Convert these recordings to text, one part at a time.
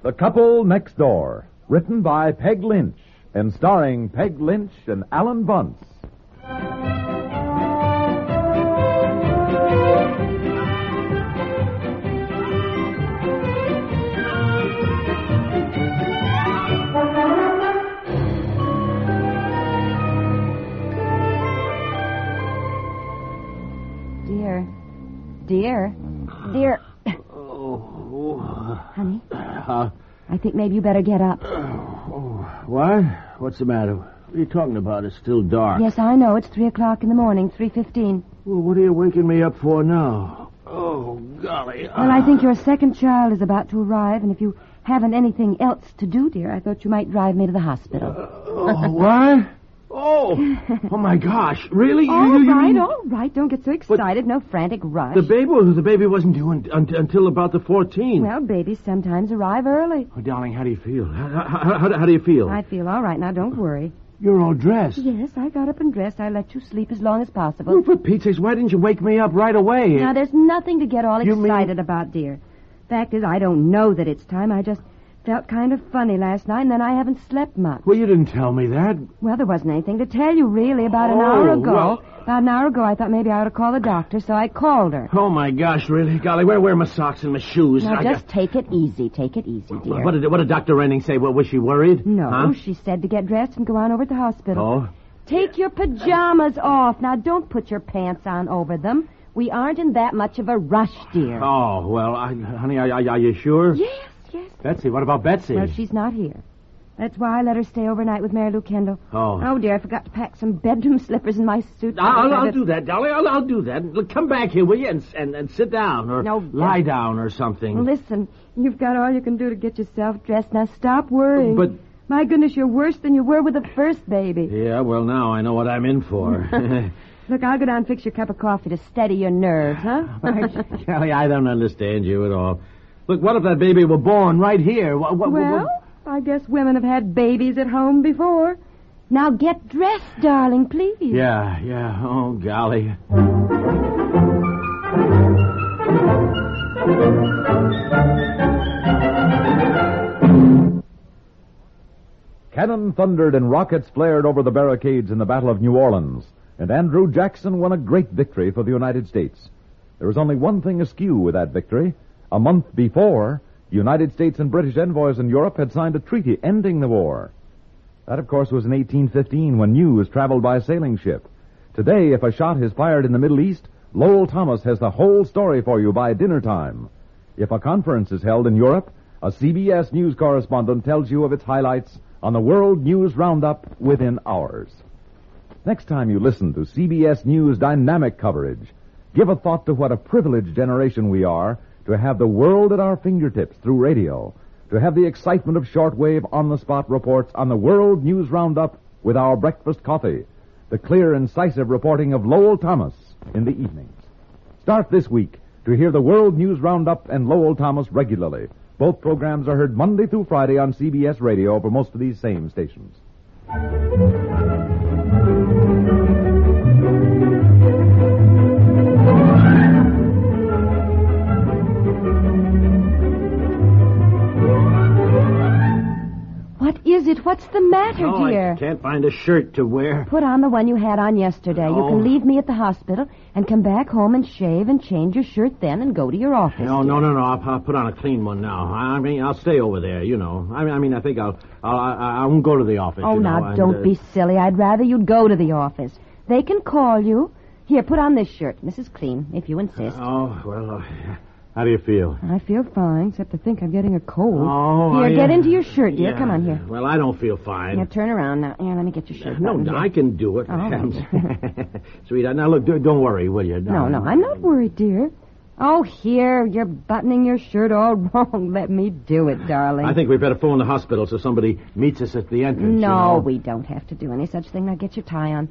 The Couple Next Door, written by Peg Lynch and starring Peg Lynch and Alan Bunce. Dear, dear, dear, Oh, honey, uh, I think maybe you better get up. what? What's the matter? What are you talking about? It's still dark. Yes, I know. It's three o'clock in the morning, three fifteen. Well, what are you waking me up for now? Oh, golly. Well, I think your second child is about to arrive, and if you haven't anything else to do, dear, I thought you might drive me to the hospital. Oh, what? Oh, oh my gosh! Really? You- All you- you right, mean all right. Don't get so excited. No frantic rush. The baby, the baby wasn't due un- un- until about the 14th. well, babies sometimes arrive early. oh, darling, how do you feel? How, how, how, how do you feel? I feel all right now. Don't worry. You're all dressed. Yes, I got up and dressed. I let you sleep as long as Well, Hmm. possible. for Pete's sakes, why didn't you wake me up right away? Now, there's nothing to get all You mean- excited about, dear. Fact is, I don't know that it's time. I just felt kind of funny last night, and then I haven't slept much. Well, you didn't tell me that. Well, there wasn't anything to tell you, really. About an hour Oh, ago. well- About an hour ago, I thought maybe I ought to call the doctor, so I called her. Oh my gosh, really? Golly, where where are my socks and my shoes? Now, I just take it easy. Take it easy, got- dear. what did what did Doctor Renning say? What was she worried? No, Huh? she said to get dressed and go on over to the hospital. Oh. Take your pajamas off. Now, don't put your pants on over them. We aren't in that much of a rush, dear. Oh well, I, honey, are, are- are you sure? Yes, yes. Betsy, what about Betsy? Well, she's not here. That's why I let her stay overnight with Mary Lou Kendall. Oh. Oh, dear, I forgot to pack some bedroom slippers in my suitcase. I- I'll, I I'll just- do that, Dolly. I'll, I'll do that. Look, come back here, will you, and, and, and sit down or No, lie down or something. Listen, you've got all you can do to get yourself dressed. Now stop worrying. But- my goodness, you're worse than you were with the first baby. Yeah, well, now I know what I'm in for. Look, I'll go down and fix your cup of coffee to steady your nerves, huh? Dolly, I don't understand you at all. Look, what if that baby were born right here? What, what, what- well, I guess women have had babies at home before. Now get dressed, darling, please. Yeah, yeah. Oh, golly. Cannon thundered and rockets flared over the barricades in the Battle of New Orleans, and Andrew Jackson won a great victory for the United States. There was only one thing askew with that victory. A month before, the United States and British envoys in Europe had signed a treaty ending the war. That, of course, was in 1815 when news traveled by sailing ship. Today, if a shot is fired in the Middle East, Lowell Thomas has the whole story for you by dinner time. If a conference is held in Europe, a CBS news correspondent tells you of its highlights on the World News Roundup within hours. Next time you listen to CBS News dynamic coverage, give a thought to what a privileged generation we are to have the world at our fingertips through radio, to have the excitement of shortwave on the spot reports on the World News Roundup with our breakfast coffee, the clear, incisive reporting of Lowell Thomas in the evenings. Start this week to hear the World News Roundup and Lowell Thomas regularly. Both programs are heard Monday through Friday on CBS Radio for most of these same stations. What is it? What's the matter, Oh, dear? I can't find a shirt to wear. Put on the one you had on yesterday. You No. can leave me at the hospital and come back home and shave and change your shirt then and go to your office. No, no, no, no. I'll, I'll put on a clean one now. I mean, I'll stay over there. You know. I mean, I mean, I think I'll. I'll I, I won't go to the office. Oh, you know, now and, don't uh, be silly. I'd rather you'd go to the office. They can call you. Here, put on this shirt. Mrs. Clean, if you insist. Oh well, uh, How do you feel? I feel fine, except I think I'm getting a cold. Oh, here, I, get uh, into your shirt, dear. Yeah. Come on here. Well, I don't feel fine. Now turn around now. Here, let me get your shirt. No, buttoned no, here. I can do it. all Sweetheart, now look, don't don't worry, will you? No, no, I'm not worried, dear. Oh, here, you're buttoning your shirt all wrong. Let me do it, darling. I think we better phone the hospital so somebody meets us at the entrance. you No, know? we don't have to do any such thing. Now get your tie on.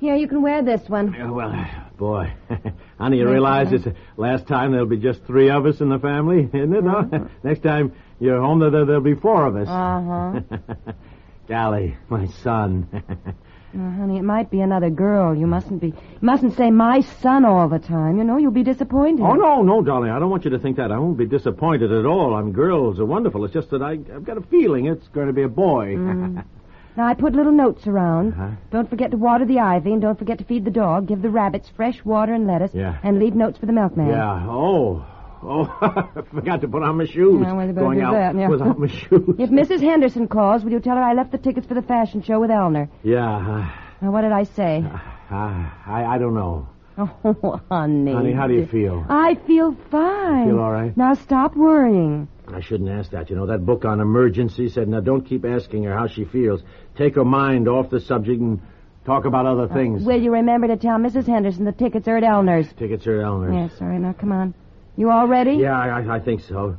Here, you can wear this one. Yeah, well, boy, honey, you realize it's the last time there'll be just three of us in the family, isn't it? huh? Next time you're home, there, there'll be four of us. Uh-huh. Uh huh. Golly, my son. uh-huh. honey, it might be another girl. You mustn't be, you mustn't say my son all the time. You know you'll be disappointed. Oh no, no, darling, I don't want you to think that. I won't be disappointed at all. I'm girls are wonderful. It's just that I, I've got a feeling it's going to be a boy. Mm. Now I put little notes around. Uh-huh. Don't forget to water the ivy, and don't forget to feed the dog. Give the rabbits fresh water and lettuce. Yeah. And leave notes for the milkman. yeah. Oh. Oh, I forgot to put on my shoes. Yeah, well, you better Going do out that, yeah. without my shoes. If Mrs. Henderson calls, will you tell her I left the tickets for the fashion show with Elner? Yeah. Now, what did I say? Uh, I, I don't know. Oh, honey. Honey, how do you feel? I feel fine. Feel all right? Now stop worrying. I shouldn't ask that. You know, that book on emergency said, now don't keep asking her how she feels. Take her mind off the subject and talk about other things. Will you remember to tell Mrs. Henderson the tickets are at Elner's? Tickets are at Elmer's. Yes, all right. Now come on. You all ready? Yeah, I, I- I think so.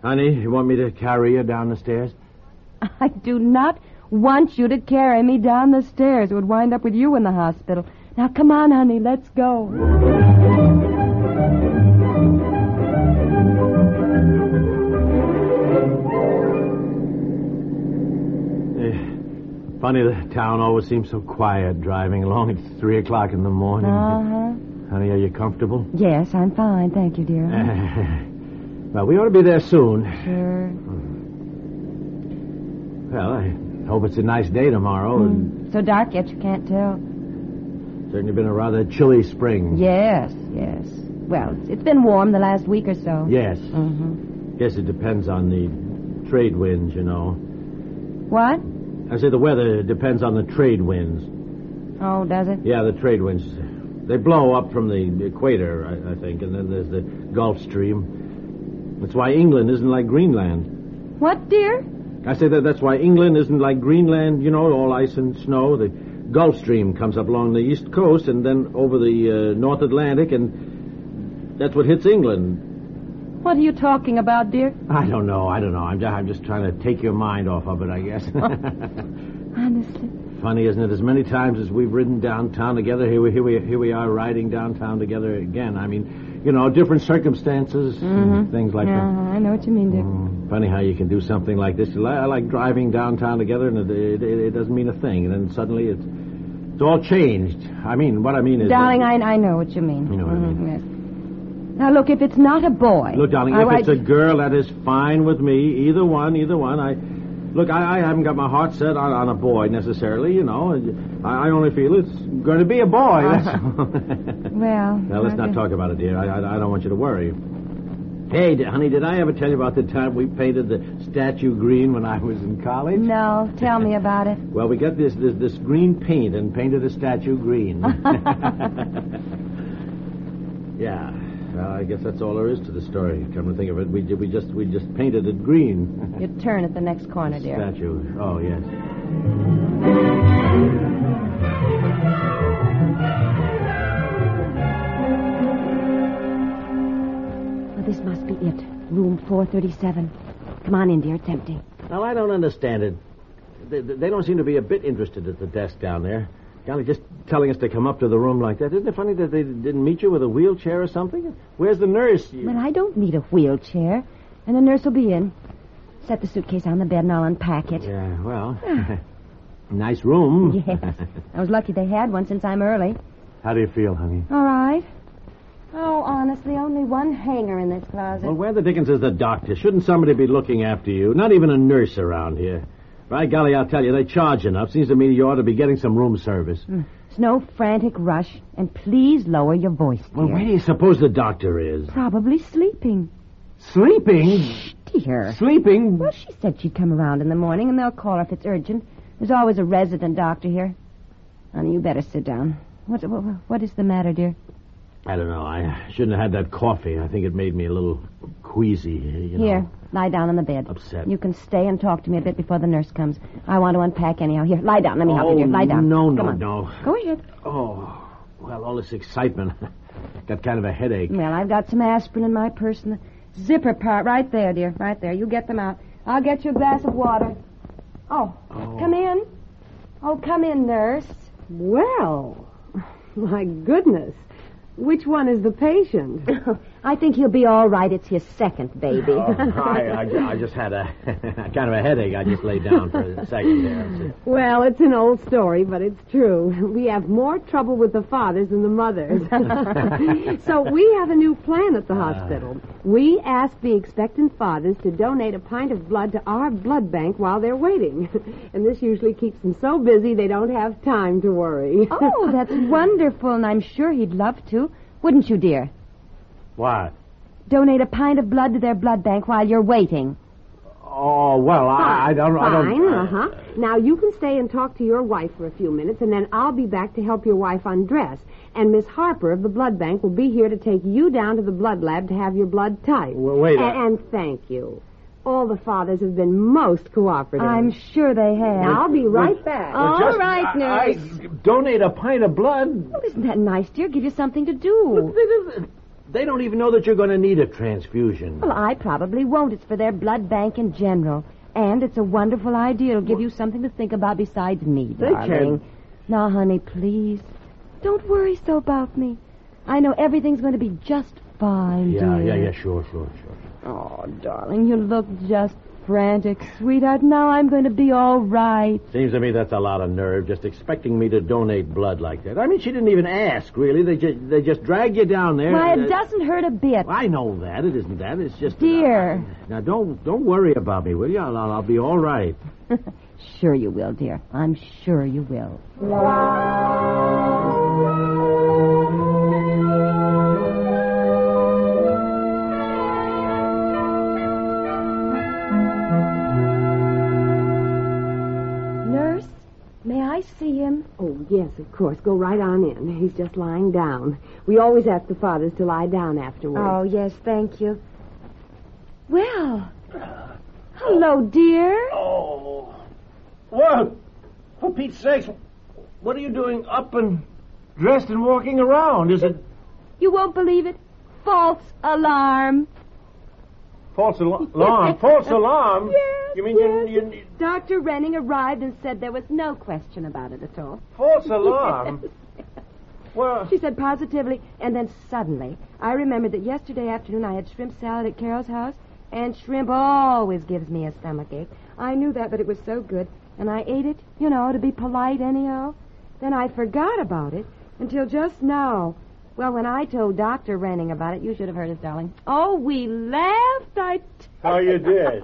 Honey, you want me to carry you down the stairs? I do not want you to carry me down the stairs. It would wind up with you in the hospital. Now come on, honey. Let's go. Eh, funny, the town always seems so quiet driving along. It's three o'clock in the morning. Uh Uh-huh. huh. Honey, are you comfortable? Yes, I'm fine. Thank you, Eh. dear. well, we ought to be there soon. Sure. Well, I hope it's a nice day tomorrow. And So dark yet you can't tell. certainly been a rather chilly spring. Yes, yes. Well, it's, it's been warm the last week or so. Yes. Mm-hmm. Guess it depends on the trade winds, you know. What? I say the weather depends on the trade winds. Oh, does it? Yeah, the trade winds. They blow up from the equator, I, I think, and then there's the Gulf Stream. That's why England isn't like Greenland. What, dear? I say that that's why England isn't like Greenland, you know, all ice and snow. The Gulf Stream comes up along the east coast and then over the uh, North Atlantic, and that's what hits England. What are you talking about, dear? I don't know. I don't know. I'm just, I'm just trying to take your mind off of it, I guess. Honestly. Funny, isn't it? As many times as we've ridden downtown together, here we, here we, here we are riding downtown together again. I mean, you know, different circumstances, and things like Yeah, that. Uh-huh, I know what you mean, dear. Funny how you can do something like this. You li- I like driving downtown together, and it, it, it, it doesn't mean a thing. And then suddenly it's it's all changed. I mean, what I mean is, Darling, I, I know what you mean. You know what I Mhm, Yes. Now, look, if it's not a boy. look, darling, I- if I- it's a girl, that is fine with me. Either one, either one. I look, I, I haven't got my heart set on, on a boy necessarily. You know, I, I only feel it's going to be a boy. That's all. Well. now let's not Ah. okay. talk about it, dear. I, I, I don't want you to worry. Hey, d- honey, did I ever tell you about the time we painted the statue green when I was in college? No, tell me about it. Well, we got this this, this green paint and painted the statue green. yeah. Well, I guess that's all there is to the story. Come to think of it, we ju- we just we just painted it green. Your turn at the next corner, dear. statue. Oh yes. Well, this must be it. Room 437. Come on in, dear. It's empty. Now I don't understand it. They, they they don't seem to be a bit interested at the desk down there. Golly, just telling us to come up to the room like that. Isn't it funny that they didn't meet you with a wheelchair or something? Where's the nurse? You- Well, I don't need a wheelchair, and the nurse will be in. Set the suitcase on the bed, and I'll unpack it. Yeah. Well. nice room. Yes. I was lucky they had one since I'm early. How do you feel, honey? All right. Oh, honestly, only one hanger in this closet. Well, where the dickens is the doctor? Shouldn't somebody be looking after you? Not even a nurse around here. By golly, I'll tell you, they charge enough. Seems to me you ought to be getting some room service. It's no frantic rush, and please lower your voice, dear. Well, where do you suppose the doctor is? Probably sleeping. Sleeping? Dear. Sleeping? Well, she said she'd come around in the morning, and they'll call her if it's urgent. There's always a resident doctor here. Honey, you better sit down. What, what, what is the matter, dear? I don't know. I shouldn't have had that coffee. I think it made me a little queasy. You know. Here, lie down on the bed. Upset. You can stay and talk to me a bit before the nurse comes. I want to unpack anyhow. Here, lie down. Let me help Oh, you. Here, lie down. no, no, Come on. no. Go ahead. Oh, well, all this excitement. Got kind of a headache. Well, I've got some aspirin in my purse. In the zipper part, right there, dear. Right there. You get them out. I'll get you a glass of water. Oh, come in. Oh, come in, nurse. Well, my goodness. Which one is the patient? I think he'll be all right. It's his second baby. Oh, I, I, I just had a kind of a headache. I just laid down for a second there. well, it's an old story, but it's true. We have more trouble with the fathers than the mothers. so we have a new plan at the hospital. We ask the expectant fathers to donate a pint of blood to our blood bank while they're waiting. and this usually keeps them so busy they don't have time to worry. oh, that's wonderful, and I'm sure he'd love to. Wouldn't you, dear? What? Donate a pint of blood to their blood bank while you're waiting. Oh, well, I, I don't. I don't Fine, uh-huh. uh huh. Now you can stay and talk to your wife for a few minutes, and then I'll be back to help your wife undress. And Miss Harper of the blood bank will be here to take you down to the blood lab to have your blood typed. Well, wait a- And, and thank you. All the fathers have been most cooperative. I'm sure they have. Now, I'll be right back. All Just- right, I- nurse. I donate a pint of blood. Well, isn't that nice, dear? Give you something to do. They don't even know that you're going to need a transfusion. Well, I probably won't. It's for their blood bank in general. And it's a wonderful idea. It'll give you something to think about besides me, darling. Now, honey, please. Don't worry so about me. I know everything's going to be just fine, yeah, dear. yeah, yeah, sure, sure, sure. Oh, darling, you look just frantic, sweetheart. Now I'm going to be all right. Seems to me that's a lot of nerve, just expecting me to donate blood like that. I mean, she didn't even ask, really. They just they just drag you down there. Why, Uh, it doesn't hurt a bit. I know that. It isn't that. It's just Dear. now, don't don't worry about me, will you? I'll, I'll be all right. Sure you will, dear. I'm sure you will. Nurse, may I see him? Oh, yes, of course. Go right on in. He's just lying down. We always ask the fathers to lie down afterwards. Oh, yes, thank you. Well, hello, dear. Oh, what? For Pete's sakes, what are you doing up and dressed and walking around? Is it You won't believe it. False alarm. false alarm? false alarm? Yes, You mean you, you Dr. Renning arrived and said there was no question about it at all. false alarm? Well, She said positively, and then suddenly, I remembered that yesterday afternoon I had shrimp salad at Carol's house, and shrimp always gives me a stomach ache. I knew that, but it was so good, and I ate it, you know, to be polite anyhow. Then I forgot about it until just now. Well, when I told Dr. Renning about it, you should have heard us, darling. Oh, we laughed. I how you did?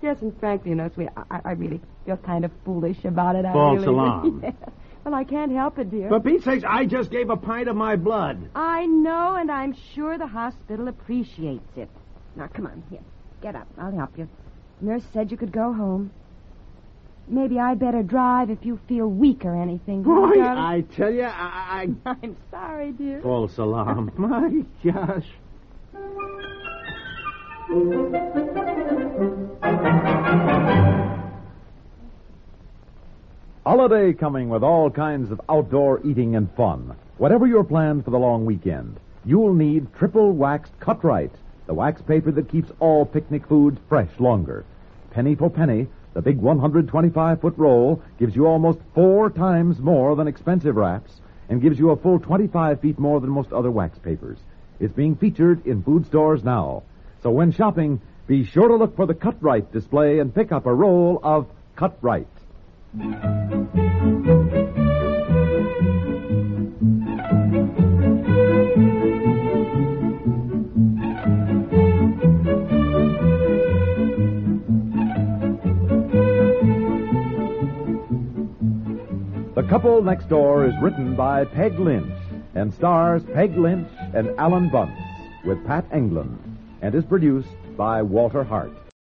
Yes, and frankly, you know, sweet, I- I, I really feel kind of foolish about it. I False really- alarm. Yeah. Well, I can't help it, dear. For Pete's sakes, I just gave a pint of my blood. I know, and I'm sure the hospital appreciates it. Now, come on, here. Get up. I'll help you. Nurse said you could go home. Maybe I better drive if you feel weak or anything. Boy, darling? I tell you, I, I I'm sorry, dear. false alarm. My gosh. Holiday coming with all kinds of outdoor eating and fun. Whatever your plan for the long weekend, you'll need triple waxed cut right, the wax paper that keeps all picnic foods fresh longer. Penny for penny, the big 125 foot roll gives you almost four times more than expensive wraps and gives you a full 25 feet more than most other wax papers. It's being featured in food stores now. So when shopping, be sure to look for the cut right display and pick up a roll of cut right. The Couple Next Door is written by Peg Lynch and stars Peg Lynch and Alan Bunce with Pat England and is produced by Walter Hart.